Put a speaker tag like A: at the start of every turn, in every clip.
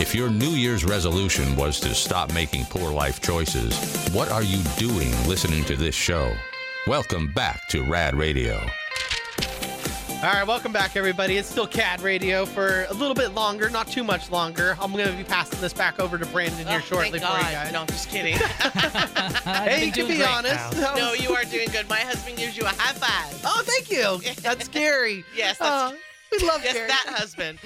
A: If your New Year's resolution was to stop making poor life choices, what are you doing listening to this show? Welcome back to Rad Radio.
B: All right, welcome back, everybody. It's still CAD Radio for a little bit longer, not too much longer. I'm going to be passing this back over to Brandon here
C: Oh,
B: shortly
C: thank
B: for you
C: God.
B: guys.
C: No, I'm just kidding.
B: Hey, you can be honest. That
C: no,
B: was-
C: you are doing good. My husband gives you a high five.
B: Oh, thank you. That's Gary.
C: Yes, that's,
B: Oh, we love
C: yes,
B: Gary.
C: that husband.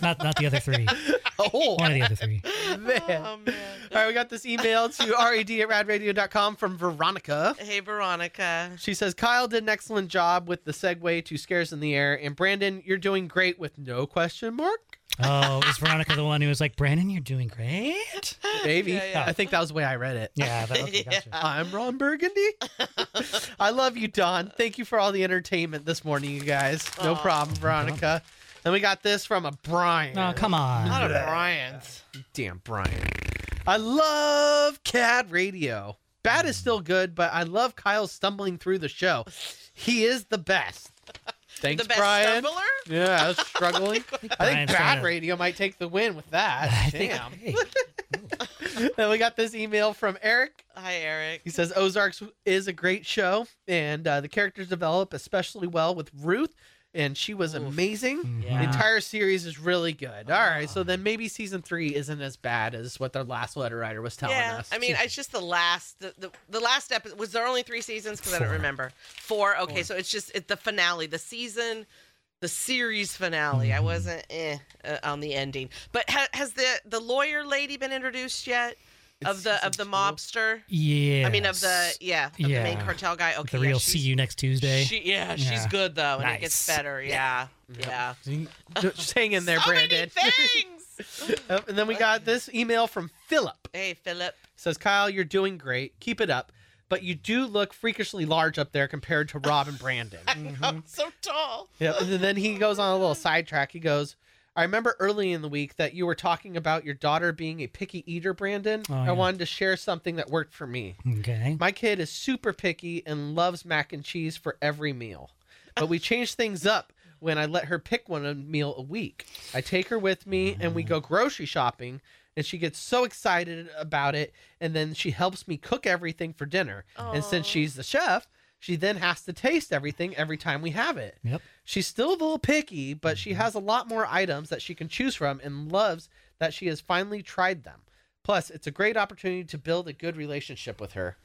D: Not not the other three.
B: Oh,
D: One of the other three.
B: man.
C: Oh man.
B: All right, we got this email to rad at radradio.com from Veronica.
C: Hey, Veronica.
B: She says, Kyle did an excellent job with the segue to Scares in the Air, and Brandon, you're doing great with no question mark.
D: Oh, is Veronica the one who was like, Brandon, you're doing great?
B: Maybe.
C: Yeah, yeah.
B: I think that was the way I read it.
D: Yeah, that, okay, gotcha.
C: Yeah.
B: I'm Ron Burgundy. I love you, Don. Thank you for all the entertainment this morning, you guys. No
C: Aw.
B: problem, Veronica. And we got this from a Brian.
D: Oh, come
C: Not
D: on.
C: a Bryant.
B: Damn, Brian. I love Cad Radio. Bad is still good, but I love Kyle stumbling through the show. He is the best. Thanks,
C: the best
B: Brian.
C: stumbler?
B: Yeah, that's struggling. I think
D: Brian's trying
B: Bad
D: to-
B: Radio might take the win with
D: I
B: that.
D: think-
B: Damn.
D: hey,
B: Then we got this email from Eric.
C: Hi, Eric.
B: He says Ozarks is a great show, and uh, the characters develop especially well with Ruth, and she was
C: Oof.
B: amazing.
D: mhm.
B: The
C: Yeah.
B: entire series is really good. All right, so then maybe season three isn't as bad as what their last letter writer was telling
C: yeah,
B: us.
C: I mean, it's just the last, the, the, the last episode. Was there only three seasons? Because I don't
D: Four.
C: remember. Four. Okay, so it's just it, the finale, the season, the series finale.
B: Mm-hmm.
C: I wasn't eh, uh, on the ending. But ha- has the the lawyer lady been introduced yet? of
B: It's
C: the of the
B: season two.
C: mobster.
D: Yeah.
C: I mean, of the yeah, of the main
D: Yeah.
C: cartel guy. Okay,
D: the real
C: yeah,
D: see
C: she's-
D: you next Tuesday.
C: She, yeah, she's
D: Yeah.
C: good though, and it gets
D: Nice.
C: better. Yeah, yeah.
B: just hang in there,
C: so
B: Brandon.
C: many things.
B: Uh, and then we got this email from Philip.
C: hey, Philip.
B: says Kyle, you're doing great. Keep it up. But you do look freakishly large up there compared to Rob and Brandon.
D: Mm-hmm.
C: I'm so tall.
B: Yeah, and then he goes on a little sidetrack. He goes, I remember early in the week that you were talking about your daughter being a picky eater, Brandon.
D: Oh,
B: I
D: yeah.
B: wanted to share something that worked for me.
D: Okay.
B: My kid is super picky and loves mac and cheese for every meal. But we changed things up when I let her pick one a meal a week. I take her with me and we go grocery shopping and she gets so excited about it and then she helps me cook everything for dinner. And since
C: Aw.
B: she's the chef, she then has to taste everything every time we have it.
D: Yep. Mm-hmm.
B: She's still a little picky, but she has a lot more items that she can choose from and loves that she has finally tried them. Plus, it's a great opportunity to build a good relationship with her.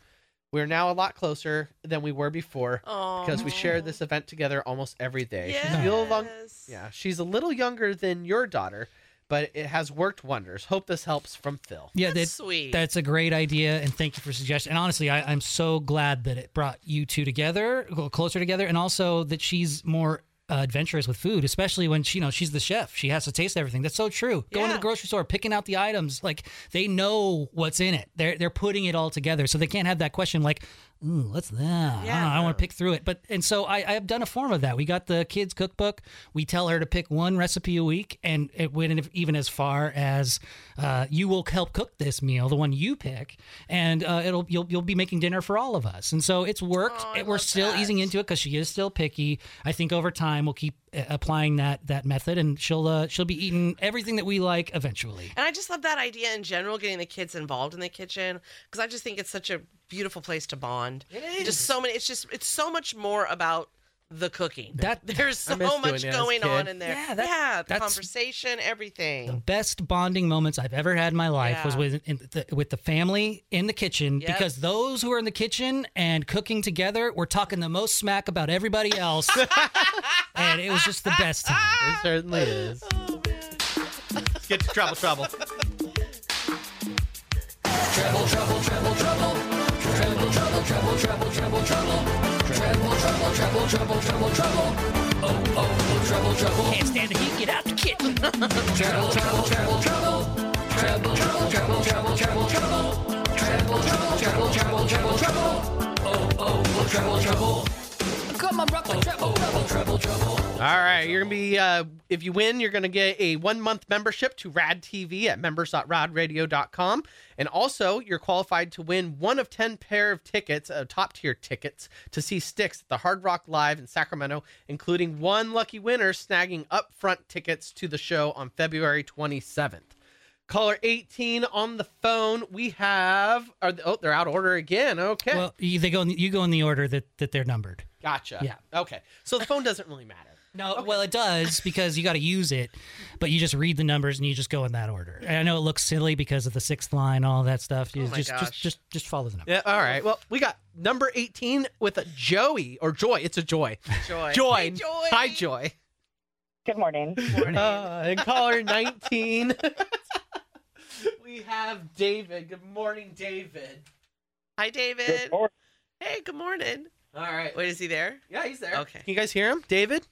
B: We're now a lot closer than we were before
C: Oh,
B: because we share this event together almost every day.
C: Yes.
B: She's a little long- yeah, she's a little younger than your daughter, but it has worked wonders. Hope this helps from Phil.
D: Yeah,
C: That's
D: that-
C: sweet.
D: That's a great idea, and thank you for suggestion. And honestly, I, I'm so glad that it brought you two together, go closer together, and also that she's more uh, adventurous with food, especially when she, you know she's the chef. She has to taste everything. That's so true. Going to
C: Yeah.
D: the grocery store, picking out the items, like they know what's in it. They're they're putting it all together, so they can't have that question like, "Ooh, what's that?" I don't,
C: Yeah.
D: want to pick through it. But and so I I have done a form of that. We got the kids cookbook. We tell her to pick one recipe a week, and it went even as far as uh, you will help cook this meal, the one you pick, and uh, it'll you'll you'll be making dinner for all of us. And so it's worked.
C: Oh, I
D: It- We're
C: love
D: still
C: that.
D: easing into it because she is still picky. I think over time we'll keep uh, applying that that method, and she'll uh, she'll be eating everything that we like eventually.
C: And I just love that idea in general, getting the kids involved in the kitchen, because I just think it's such a beautiful place to bond. It is. Just so many. It's just it's so much more about the cooking.
D: That-
C: there's
B: I
C: so
B: miss doing
C: much
B: that as a
C: going
B: kid.
C: on in there.
D: Yeah, that-
C: the
D: that's-
C: conversation, everything.
D: the best bonding moments I've ever had in my life was
C: Yeah.
D: with in the, with the family in the kitchen
C: Yep.
D: because those who are in the kitchen and cooking together were talking the most smack about everybody else, and it was just the best time.
B: It certainly is. Let's get to trouble, trouble.
D: Can't stand the heat. Get out the kitchen.
E: come on, rock my treble, treble, treble, treble.
B: All right, you're gonna be uh, if you win, you're gonna get a one month membership to Rad TV at members.radradio.com, and also you're qualified to win one of ten pair of tickets, uh, top tier tickets, to see Sticks at the Hard Rock Live in Sacramento, including one lucky winner snagging upfront tickets to the show on February 27th. Caller 18 on the phone. We have are, oh they're out of order again. Okay,
D: Well, you, they go. In, you go in the order that that they're numbered.
B: gotcha.
D: yeah.
B: Okay, so the phone doesn't really matter.
D: No, well, it does because you got to use it, but you just read the numbers and you just go in that order. And I know it looks silly because of the sixth line, all that stuff. You
C: Oh my
D: just, just,
C: gosh.
D: just, just follow the number.
B: Yeah, all right. Well, we got number 18 with a Joey or Joy. It's a Joy.
C: Joy.
B: Joy.
C: Hey, Joy.
B: Hi, Joy.
F: Good morning.
B: Uh, and caller 19. we have David. Good morning, David.
C: Hi,
F: Good
C: David.
F: morning.
C: Hey, good morning.
B: All right.
C: Wait, is he there?
B: Yeah, he's there.
C: Okay.
B: Can you guys hear him, David?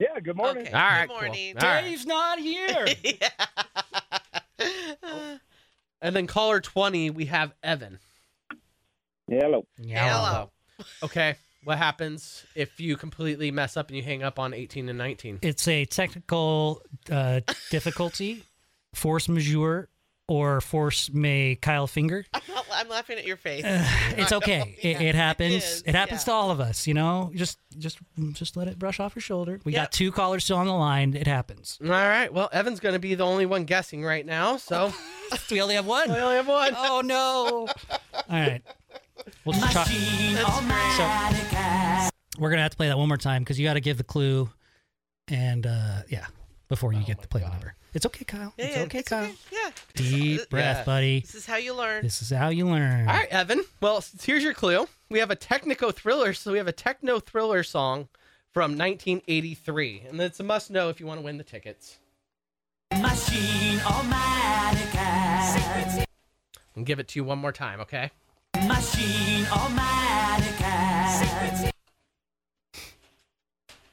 F: Yeah, good morning.
C: Okay.
B: All right.
C: Good morning.
B: Cool. All right.
D: Dave's not here.
C: Yeah.
B: And then caller 20, we have Evan.
F: Yeah, hello.
D: yeah.
C: Hello.
B: Okay. What happens if you completely mess up and you hang up on 18 and 19?
D: It's a technical uh, difficulty, force majeure, or force may Kyle finger.
C: I'm, not, I'm laughing at your face.
B: Uh,
D: It's okay. It, it happens. It,
C: is,
D: happens
C: yeah.
D: to all of us. You know, just just just let it brush off your shoulder. We
C: Yep.
D: got two callers still on the line. It happens.
B: All right. Well, Evan's going to be the only one guessing right now. So
D: We only have one.
B: we only have one.
D: Oh no! All right, we'll just talk. So, we're gonna have to play that one more time because you got to give the clue, and uh, yeah, before
B: Oh
D: you get to play the number. It's okay, Kyle.
C: Yeah,
D: it's
C: yeah,
D: okay,
C: it's
D: Kyle.
C: Yeah.
D: Deep breath,
B: Yeah.
D: buddy.
C: This is how you learn.
D: This is how you learn.
B: All right, Evan. Well, s- here's your clue. We have a technico thriller, so we have a techno thriller song from 1983, and it's a must know if you want to win the tickets.
E: Machine automatic ass.
B: And give it to you one more time, okay?
E: Machine automatic ass.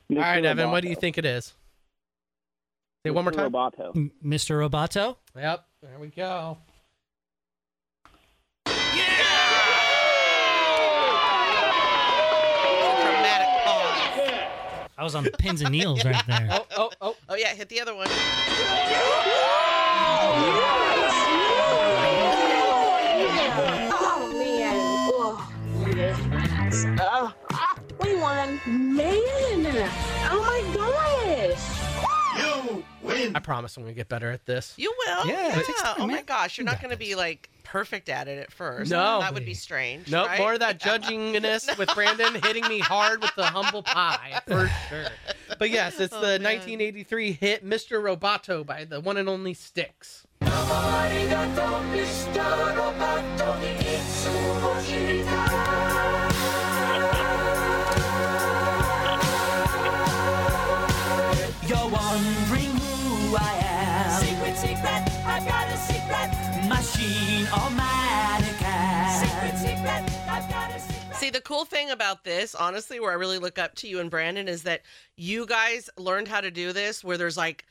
B: All right, Evan. What do you think it is? Say it one more time.
F: Roboto.
D: M- Mr. Roboto.
B: Yep. There we go.
C: Dramatic pause.
D: I was on the pins and needles right there.
B: Oh, oh, oh.
C: Oh yeah, hit the other one.
G: Oh man. Oh. Oh. Ah, we won. Man. Oh my gosh.
B: I promise I'm gonna get better at this.
C: You will.
D: Yeah, it takes time,
C: oh my
D: man.
C: gosh, you're
D: You
C: not
D: got
C: going to be like perfect at it at first.
B: No.
C: That would be strange.
B: Nope,
C: right?
B: more of that judgingness with Brandon hitting me hard with the humble pie for sure. But yes, it's
C: Oh,
B: the
C: man.
B: 1983 hit "Mr. Roboto" by the one and only Styx.
E: You're wondering who I am. Secret, secret, I've got a secret. Machine automatic ass. Secret, secret, I've got a secret.
C: See, the cool thing about this, honestly, where I really look up to you and Brandon is that you guys learned how to do this where there's like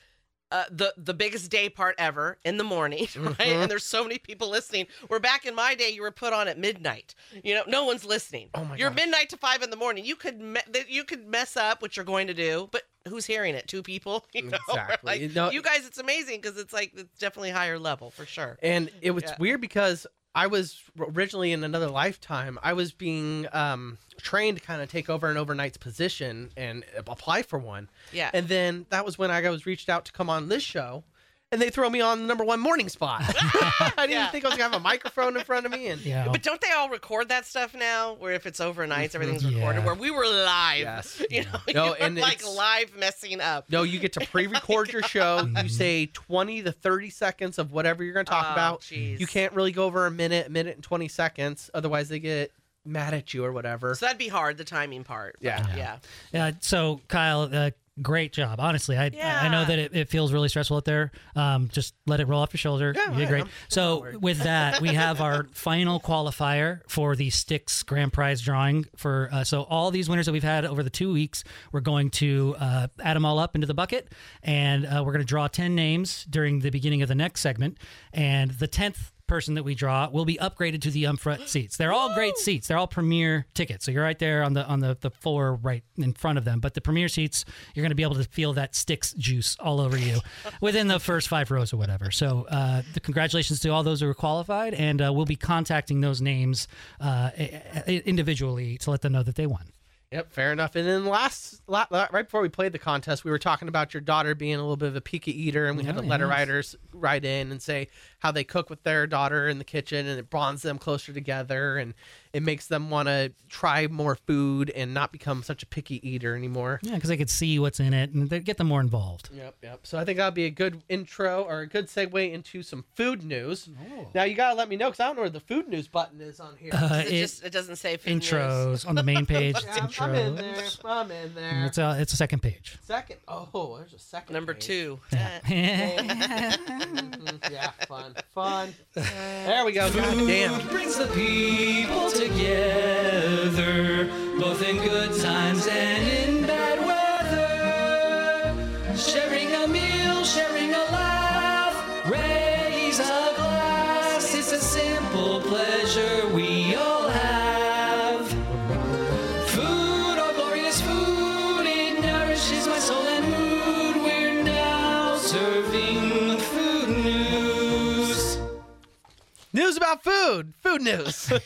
C: uh, the the biggest day part ever in the morning,
B: Mm-hmm.
C: right? And there's so many people listening. Where back in my day, you were put on at midnight. You know, no one's listening. Oh
B: my
C: You're
B: gosh.
C: midnight to five in the morning. You could me- that- you could mess up what you're going to do, but who's hearing it? Two people. You know?
B: Exactly.
C: Like,
B: No-
C: you guys, it's amazing because it's like it's definitely higher level for sure.
B: And it was
C: Yeah.
B: weird because I was originally in another lifetime. I was being um, trained to kind of take over an overnight's position and apply for one.
C: Yeah.
B: And then that was when I was reached out to come on this show, and they throw me on the number one morning spot. I didn't
C: Yeah.
B: think I was gonna have a microphone in front of me. And
D: Yeah.
C: But don't they all record that stuff now? Where if it's overnights, everything's
D: Mm-hmm. Yeah.
C: recorded. Where we were live,
B: Yes.
C: you know,
B: No,
C: you were
B: and
C: like
B: it's-
C: live messing up.
B: no, you get to pre-record your show. You say twenty to thirty seconds of whatever you're gonna talk
C: Oh,
B: about.
C: jeez.
B: You can't really go over a minute, minute and twenty seconds. Otherwise, they get mad at you or whatever.
C: So that'd be hard, the timing part. but
B: Yeah.
C: yeah.
D: Uh, so Kyle, uh, great job. Honestly, I I I know
C: Yeah.
D: that it, it feels really stressful out there. Um, just let it roll off your shoulder.
B: Yeah,
D: you did
B: I
D: great.
B: am. I'm not
D: so
B: worried.
D: with that, we have our final qualifier for the Sticks Grand Prize drawing. For uh, so all these winners that we've had over the two weeks, we're going to uh, add them all up into the bucket, and uh, we're going to draw ten names during the beginning of the next segment, and the tenth person that we draw will be upgraded to the um front seats. They're all great seats. They're all premier tickets. So you're right there on the on the, the floor right in front of them. But the premier seats, you're going to be able to feel that sticks juice all over you within the first five rows or whatever. So uh, the congratulations to all those who are qualified, and uh, we'll be contacting those names uh, i- i- individually to let them know that they won.
B: Yep, fair enough. And then last, la la- right before we played the contest, we were talking about your daughter being a little bit of a picky eater, and we had
D: Oh,
B: to let her
D: yes.
B: writers write in and say how they cook with their daughter in the kitchen, and it bonds them closer together, and it makes them want to try more food and not become such a picky eater anymore.
D: Yeah, because they could see what's in it and they get them more involved.
B: Yep, yep. So I think that'll be a good intro or a good segue into some food news. Now you gotta let me know because I don't know where the food news button is on here.
D: Oh. Uh,
C: It,
D: it-
C: just it doesn't say food news.
D: intros on the main page. it's
B: Yeah, I'm, I'm in there.
D: intros.
B: I'm in there.
D: It's a, it's a second page.
B: Second. Oh, there's a second.
C: Number
B: page.
C: two.
B: Mhm, yeah, fun, fun. There we go. God damn.
D: brings the people together, both in good times and in bad weather. Sharing a meal, sharing a laugh, raise a glass. It's a simple pleasure we all have. Food, oh glorious food, it nourishes my soul and mood. We're now serving food news.
B: News about food. Food news. Uh,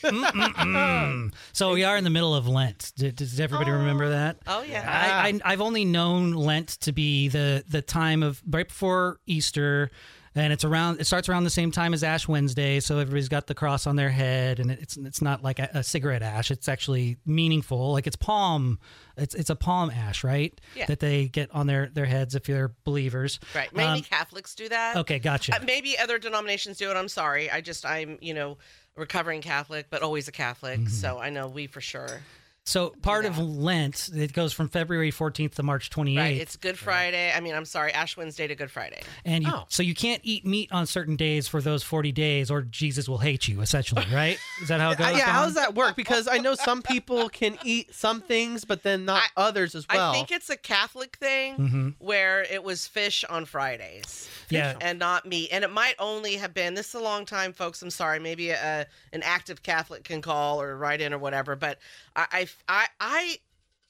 D: So we are in the middle of Lent. D- Does everybody remember that?
C: Oh yeah.
D: I, I, I've only known Lent to be the the time of right before Easter, and it's around. It starts around the same time as Ash Wednesday, so everybody's got the cross on their head, and it's it's not like a, a cigarette ash. It's actually meaningful. Like it's palm. It's it's a palm ash, right?
C: Yeah.
D: That they get on their their heads if they're believers.
C: Right. Mainly
D: Um,
C: Catholics do that.
D: okay, gotcha.
C: Uh, maybe other denominations do it. I'm sorry. I just I'm you know recovering Catholic, but always a Catholic.
D: Mm-hmm.
C: So I know we for sure.
D: So part of Lent it goes from February 14th to March 28th.
C: Right. It's Good Friday. I mean, I'm sorry, Ash Wednesday to Good Friday.
D: And you,
B: Oh.
D: so you can't eat meat on certain days for those 40 days, or Jesus will hate you, essentially, right? Is that how it goes?
B: Uh, yeah, how
D: Dawn?
B: does that work? Because I know some people can eat some things, but then not others as well.
C: I think it's a Catholic thing where it was fish on Fridays
D: Yeah.
C: and not meat. And it might only have been this is a long time, folks. I'm sorry. Maybe a, an active Catholic can call or write in or whatever. But I I I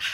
C: I,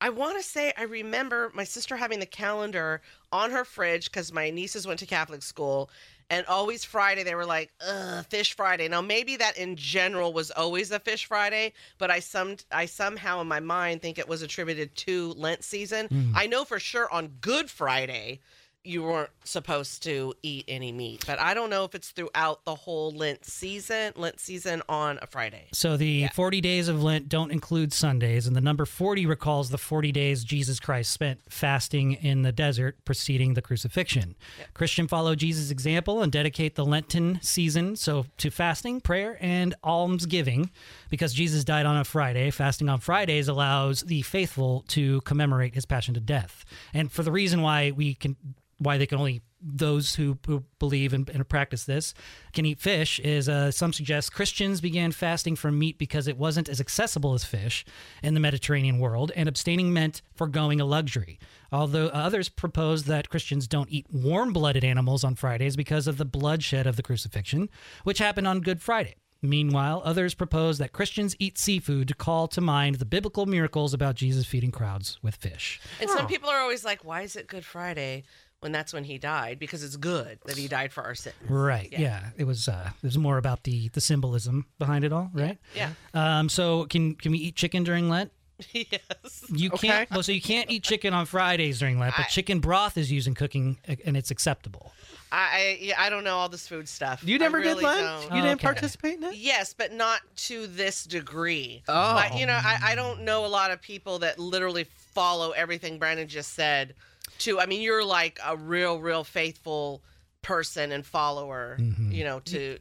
C: I want to say I remember my sister having the calendar on her fridge because my nieces went to Catholic school. And always Friday, they were like, Ugh, Fish Friday. Now maybe that in general was always a Fish Friday, but I some I somehow in my mind think it was attributed to Lent season. I know for sure on Good Friday, you weren't supposed to eat any meat, but I don't know if it's throughout the whole Lent season. Lent season on a Friday.
D: So the 40 days of Lent don't include Sundays, and the number 40 recalls the 40 days Jesus Christ spent fasting in the desert preceding the crucifixion. Christian follow Jesus' example and dedicate the Lenten season so to fasting, prayer, and almsgiving because Jesus died on a Friday. Fasting on Fridays allows the faithful to commemorate his passion to death. And for the reason why we can why they can only those who, who believe and, and practice this can eat fish is uh, some suggest Christians began fasting from meat because it wasn't as accessible as fish in the Mediterranean world, and abstaining meant foregoing a luxury. Although others propose that Christians don't eat warm blooded animals on Fridays because of the bloodshed of the crucifixion, which happened on Good Friday. Meanwhile, others propose that Christians eat seafood to call to mind the biblical miracles about Jesus feeding crowds with fish.
C: And some people are always like, why is it Good Friday when that's when he died? Because it's good that he died for our sins.
D: Right. Yeah. It was. Uh, it was more about the the symbolism behind it all. Right.
C: Yeah.
D: Um. So can can we eat chicken during Lent?
C: yes.
D: You can't. Well, so you can't eat chicken on Fridays during Lent, but chicken broth is used in cooking, uh, and it's acceptable.
C: I I, yeah, I don't know all this food stuff.
B: you
C: I
B: never
C: really
B: did lunch.
C: don't.
B: You didn't
D: Okay.
B: participate in it.
C: Yes, but not to this degree. Oh, I, you know, I, I don't know a lot of people that literally follow everything Brandon just said. To I mean, you're like a real, real faithful person and follower.
B: Mm-hmm.
C: You know, to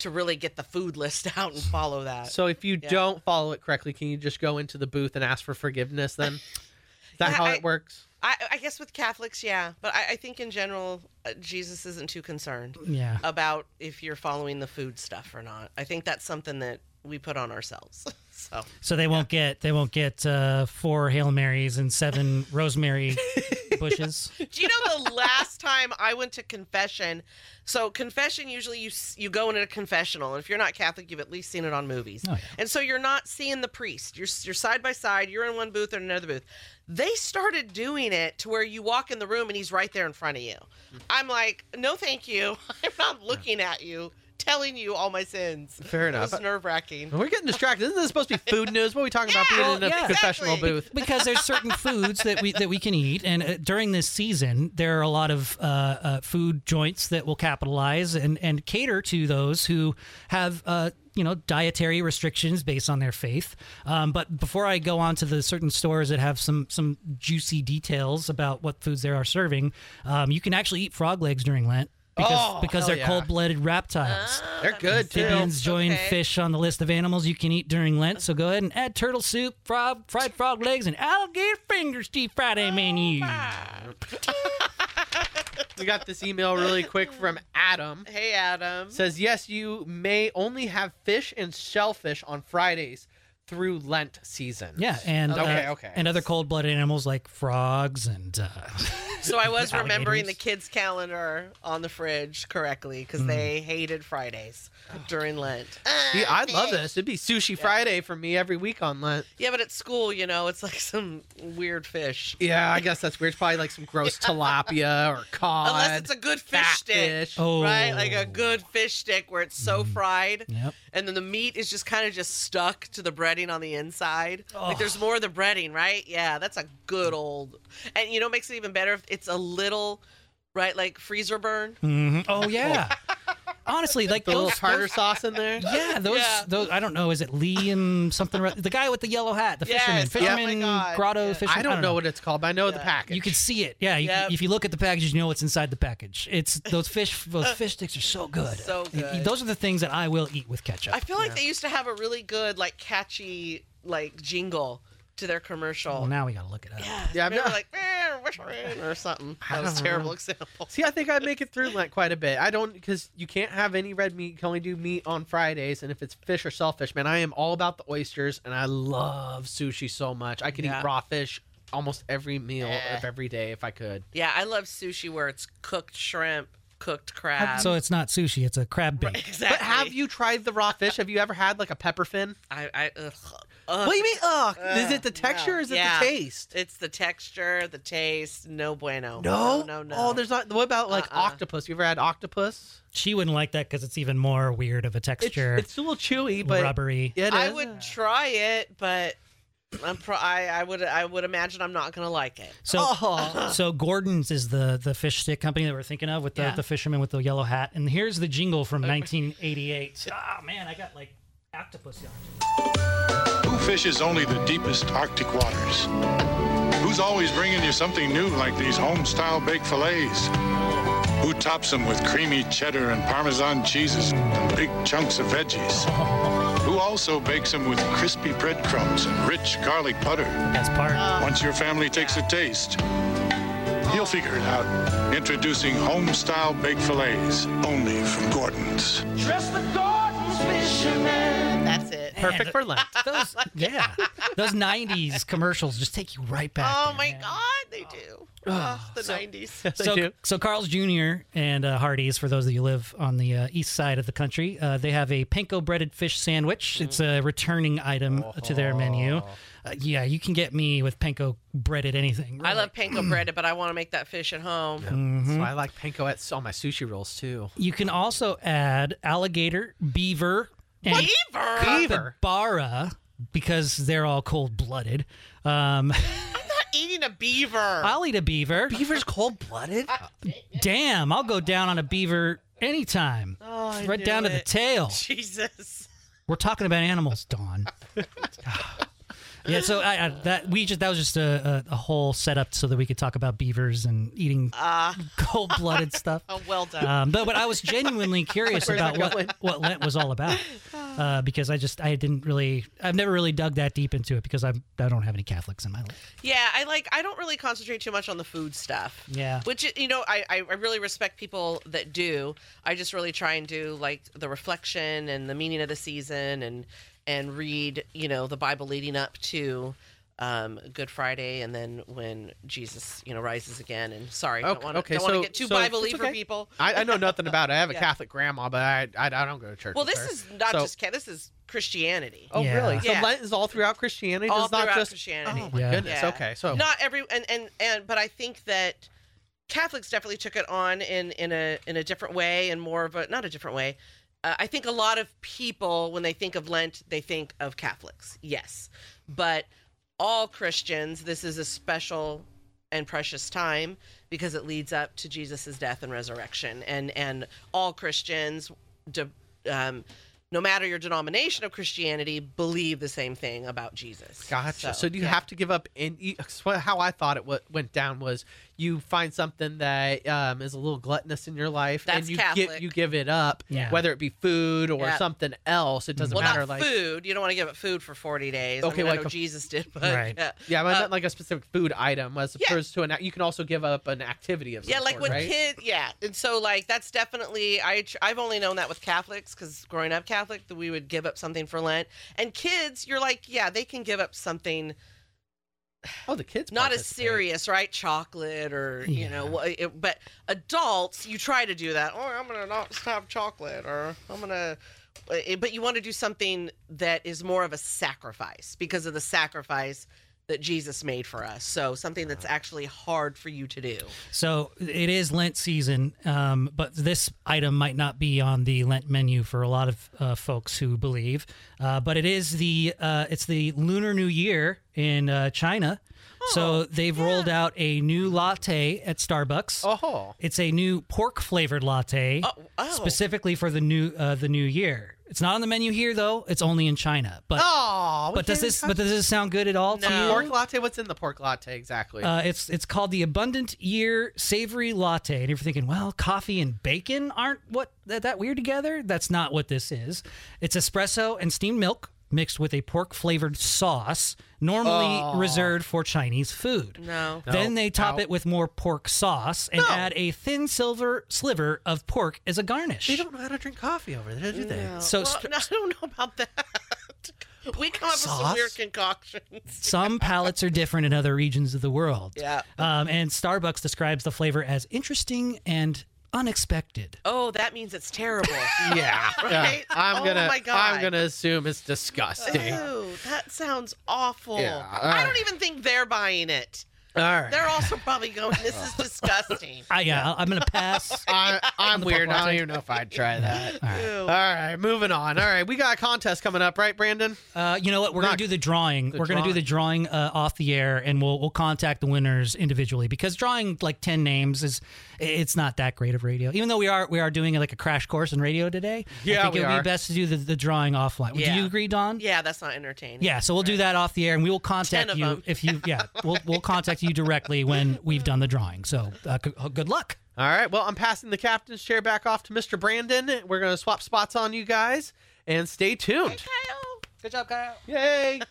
C: to really get the food list out and follow that.
B: So if you
C: Yeah.
B: don't follow it correctly, can you just go into the booth and ask for forgiveness? Then is that
C: Yeah,
B: how
C: I-
B: it works?
C: I, I guess with Catholics, yeah, but I, I think in general, uh, Jesus isn't too concerned
D: Yeah.
C: about if you're following the food stuff or not. I think that's something that we put on ourselves. So
D: So they won't get they won't get uh, four hail marys and seven rosemary bushes.
C: Do you know the last time I went to confession? So confession usually you s- you go into a confessional, and if you're not Catholic, you've at least seen it on movies.
D: Oh, yeah.
C: And so you're not seeing the priest. You're s- you're side by side. You're in one booth and another booth. They started doing it to where you walk in the room and he's right there in front of you. I'm like, no, thank you. I'm not looking at you, telling you all my sins.
B: Fair
C: It
B: enough. Oh.
C: was nerve wracking.
B: We're getting distracted. Isn't this supposed to be food news? What are we talking about? Being in a
C: Well, yeah,
B: confessional
C: exactly.
B: booth.
D: because there's certain foods that we that we can eat, and uh, during this season, there are a lot of uh, uh, food joints that will capitalize and and cater to those who have. Uh, you know, dietary restrictions based on their faith. Um, but before I go on to the certain stores that have some some juicy details about what foods they are serving, um, you can actually eat frog legs during Lent because
B: Oh,
D: because
B: hell
D: they're
B: yeah.
D: cold blooded reptiles.
B: They're good too.
D: Amphibians join
C: Okay.
D: fish on the list of animals you can eat during Lent. So go ahead and add turtle soup, frog, fried frog legs, and alligator fingers to your
C: Oh,
D: Friday menu.
B: We got this email really quick from Adam.
C: Hey, Adam.
B: Says yes, you may only have fish and shellfish on Fridays through Lent season.
D: Yeah, and uh,
B: Okay, okay.
D: and other cold-blooded animals like frogs and uh,
C: So I was remembering the
D: Alligators.
C: kids' calendar on the fridge correctly because they hated Fridays during Lent.
B: See, I love this. It'd be Sushi Friday for me every week on Lent.
C: Yeah, but at school, you know, it's like some weird fish.
B: Yeah, I guess that's weird. It's probably like some gross tilapia or cod.
C: Unless it's a good fish
B: fat
C: stick,
B: fish.
D: Oh.
C: right? Like a good fish stick where it's so fried,
D: Yep.
C: and then the meat is just kind of just stuck to the breading on the inside. Like there's more of the breading, right? Yeah, that's a good old. And you know, what makes it even better if it's a little, right? Like freezer burn.
D: Mhm. oh yeah. Honestly, like
B: the little
D: those,
B: tartar sauce in there.
D: Yeah, those
C: Yeah.
D: those I don't know. Is it Liam something? or- The guy with the yellow hat, the
C: Yes,
D: fisherman,
C: oh my
D: fisherman
C: God,
D: grotto
C: yeah.
D: fisherman.
B: I don't know what it's called, but I know the
C: Yeah.
B: package.
D: You can see it. Yeah. You,
C: Yep.
D: If you look at the package, you know what's inside the package. It's those fish. Those fish sticks are so good.
C: Uh, So good.
D: Those are the things that I will eat with ketchup.
C: I feel like they used to have a really good, like, catchy, like, jingle to their commercial.
D: well, now we gotta look it up.
B: Yeah, I'm
C: Remember,
B: not-
C: like, "Eh, wish I were," or something. That was a
B: don't
C: terrible example.
B: See, I think I make it through Lent quite a bit. I don't because you can't have any red meat. You can only do meat on Fridays, and if it's fish or shellfish, man, I am all about the oysters, and I love sushi so much. I could
C: Yeah.
B: eat raw fish almost every meal
C: Yeah.
B: of every day if I could.
C: Yeah, I love sushi where it's cooked shrimp, cooked crab.
D: so it's not sushi. It's a crab bake.
C: exactly.
B: But have you tried the raw fish? Have you ever had like a pepper fin?
C: I, I, ugh, ugh.
B: What do you mean? Ugh, is
C: Ugh,
B: it the texture?
C: no.
B: or Is it
C: Yeah.
B: the taste?
C: It's the texture, the taste. No bueno.
B: No,
C: no, no.
B: Oh, there's not. What about like
C: Uh-uh.
B: octopus? You ever had octopus?
D: She wouldn't like that because it's even more weird of a
B: It's,
D: texture,
B: it's a little chewy, but
D: rubbery.
B: Yeah, it
C: I
B: is.
C: would try it, but I'm pro- I, I would, I would imagine I'm not gonna like it.
D: So,
C: Oh.
D: so Gordon's is the the fish stick company that we're thinking of with the,
C: Yeah.
D: the fisherman with the yellow hat. And here's the jingle from 1988. Ah man, I got like octopus. yellow.
H: Who fishes only the deepest Arctic waters? Who's always bringing you something new like these home-style baked fillets? Who tops them with creamy cheddar and parmesan cheeses and big chunks of veggies? Who also bakes them with crispy breadcrumbs and rich garlic butter?
D: That's part.
H: Once your family takes a taste, you'll figure it out. Introducing home-style baked fillets only from Gordon's.
E: Trust the Gordon's fisherman.
C: That's it.
B: Perfect for Lent.
D: Those, yeah, those '90s commercials just take you right back.
C: Oh
D: there,
C: my
D: man.
C: God, they do. Ugh, the '90s.
B: They
D: so,
B: do.
D: so Carl's Jr. and uh, Hardee's, for those of you who live on the uh, east side of the country, uh, they have a panko breaded fish sandwich. It's a returning item to their menu. Uh, yeah, you can get me with panko breaded anything. Mm-hmm.
C: I love panko bread, but I want to make that fish at home.
B: So I like panko at on my sushi rolls too.
D: You can also add alligator, beaver, and
C: Beaver.
B: Beaver.
D: capybara because they're all cold blooded. Um,
C: eating a beaver.
D: I'll eat a beaver.
B: Beaver's cold blooded.
D: Damn, I'll go down on a beaver anytime.
C: Oh,
D: right down to the tail.
C: Jesus.
D: We're talking about animals, Dawn. yeah, so I, I, that we just that was just a, a, a whole setup so that we could talk about beavers and eating cold-blooded stuff.
C: Ah, Oh, well done.
D: Um, but but I was genuinely curious
B: Where's
D: about
B: that going?
D: what, what Lent was all about uh, because I just I didn't really I've never really dug that deep into it because I I don't have any Catholics in my life.
C: yeah, I like. I don't really concentrate too much on the food stuff.
D: Yeah.
C: Which you know, I I I really respect people that do. I just really try and do like the reflection and the meaning of the season and and read, you know, the Bible leading up to um, Good Friday, and then when Jesus, you know, rises again. And sorry,
B: Okay,
C: don't want to
B: okay,
C: don't want
B: so-
C: to get too
B: so
C: Bible
B: it's
C: for
B: okay.
C: people.
B: I, I know nothing about it. I have a
C: Yeah.
B: Catholic grandma, but I, I I don't go to church.
C: Well,
B: with
C: this
B: her.
C: is not
B: So-
C: just ca- this is Christianity.
B: Oh,
D: Yeah.
B: really?
C: Yeah.
B: So Lent is all throughout Christianity.
C: all
B: it's not
C: throughout
B: just.
C: Christianity.
B: Oh my
D: Yeah.
B: goodness.
C: Yeah.
B: Okay. So
C: not every and, and and but I think that Catholics definitely took it on in in a in a different way and more of a not a different way. Uh, I think a lot of people when they think of Lent they think of Catholics, yes, but all Christians this is a special and precious time because it leads up to Jesus' death and resurrection, and and all Christians. De, um, no matter your denomination of Christianity, believe the same thing about Jesus.
B: Gotcha. So, do you
C: yeah.
B: have to give up? And how I thought it wa- went down was you find something that um, is a little gluttonous in your life, and
C: That's
B: you
C: Catholic.
B: get you give it up,
D: Yeah.
B: whether it be food or
C: Yeah.
B: something else. It doesn't
C: well,
B: matter.
C: not
B: like
C: food. You don't want to give it food for forty days.
B: Okay,
C: I, mean, I
B: like
C: know
B: a-
C: Jesus did, but
D: Right.
C: yeah,
B: yeah, but
C: Uh,
B: not like a specific food item as
C: yeah.
B: opposed to an. You can also give up an activity of some
C: yeah, like
B: sort,
C: when
B: right?
C: kids, yeah, and so like that's definitely I tr- I've only known that with Catholics because growing up Catholic that we would give up something for Lent, and kids, you're like, yeah, they can give up something
B: oh, the kids
C: not as
B: participate.
C: serious, right? Chocolate or you know,
D: Yeah.
C: wha- it, but adults, you try to do that. Oh, I'm gonna not have chocolate, or I'm gonna. eh, But you want to do something that is more of a sacrifice because of the sacrifice that Jesus made for us. So something that's actually hard for you to do.
D: So it is Lent season, um, but this item might not be on the Lent menu for a lot of uh, folks who believe. Uh, but it is the uh, it's the Lunar New Year in uh, China,
C: Oh,
D: so they've rolled out a new latte at Starbucks.
B: Oh,
D: It's a new pork flavored latte,
C: oh.
D: specifically for the new uh, the new year. It's not on the menu here though; it's only in China. But
B: oh,
D: but does this but does this sound good at all? to
C: No.
D: you?
B: pork latte? What's in the pork latte exactly?
D: Uh, it's it's called the Abundant Year Savory Latte, and you're thinking, well, coffee and bacon aren't what that, that weird together. That's not what this is. It's espresso and steamed milk mixed with a pork flavored sauce, normally reserved for Chinese food.
C: No.
D: Then
B: No.
D: they top
B: No.
D: it with more pork sauce and add a thin silver sliver of pork as a garnish.
B: they don't know how to drink coffee over there, do they?
D: So
C: well,
D: str-
C: no, I don't know about that. We come up with some
B: Sauce?
C: weird concoctions.
D: Some palates are different in other regions of the world.
C: Yeah.
D: Um, and Starbucks describes the flavor as interesting and unexpected.
C: Oh, that means it's terrible.
B: Yeah, yeah.
C: Right?
B: I'm
C: Oh
B: gonna.
C: my God.
B: I'm gonna assume it's disgusting. All
C: Ew, that sounds awful.
B: Yeah,
C: I
B: uh.
C: don't even think they're buying it.
B: right.
C: They're also probably going, this is disgusting.
D: I, yeah, I'm gonna pass.
B: I, I'm
D: pork
B: weird. I don't
D: latte.
B: even know if I'd try that. All
C: Ew.
B: right, moving on. All right, we got a contest coming up, right, Brandon?
D: Uh, you know what? We're
B: Not-
D: gonna do the drawing.
B: the
D: We're gonna do the drawing uh, off the air, and we'll we'll contact the winners individually because drawing like ten names is it's not that great of radio. Even though we are we are doing like a crash course in radio today.
B: Yeah,
D: I think
B: we
D: it would
B: are.
D: be best to do the, the drawing offline. Would
C: Yeah.
D: you agree, Don?
C: Yeah, that's not entertaining.
D: Yeah, so we'll do that off the air, and we will contact
C: of
D: you
C: them.
D: if you. Yeah, we'll we'll contact you directly when we've done the drawing. So uh, g- uh, good luck.
B: All right. Well, I'm passing the captain's chair back off to Mr. Brandon. We're gonna swap spots on you guys, and stay tuned.
C: Kyle. Good job, Kyle.
B: Yay!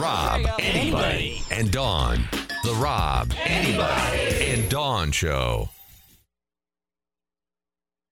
A: Rob, anybody, and Dawn. The Rob, anybody, and Dawn Show.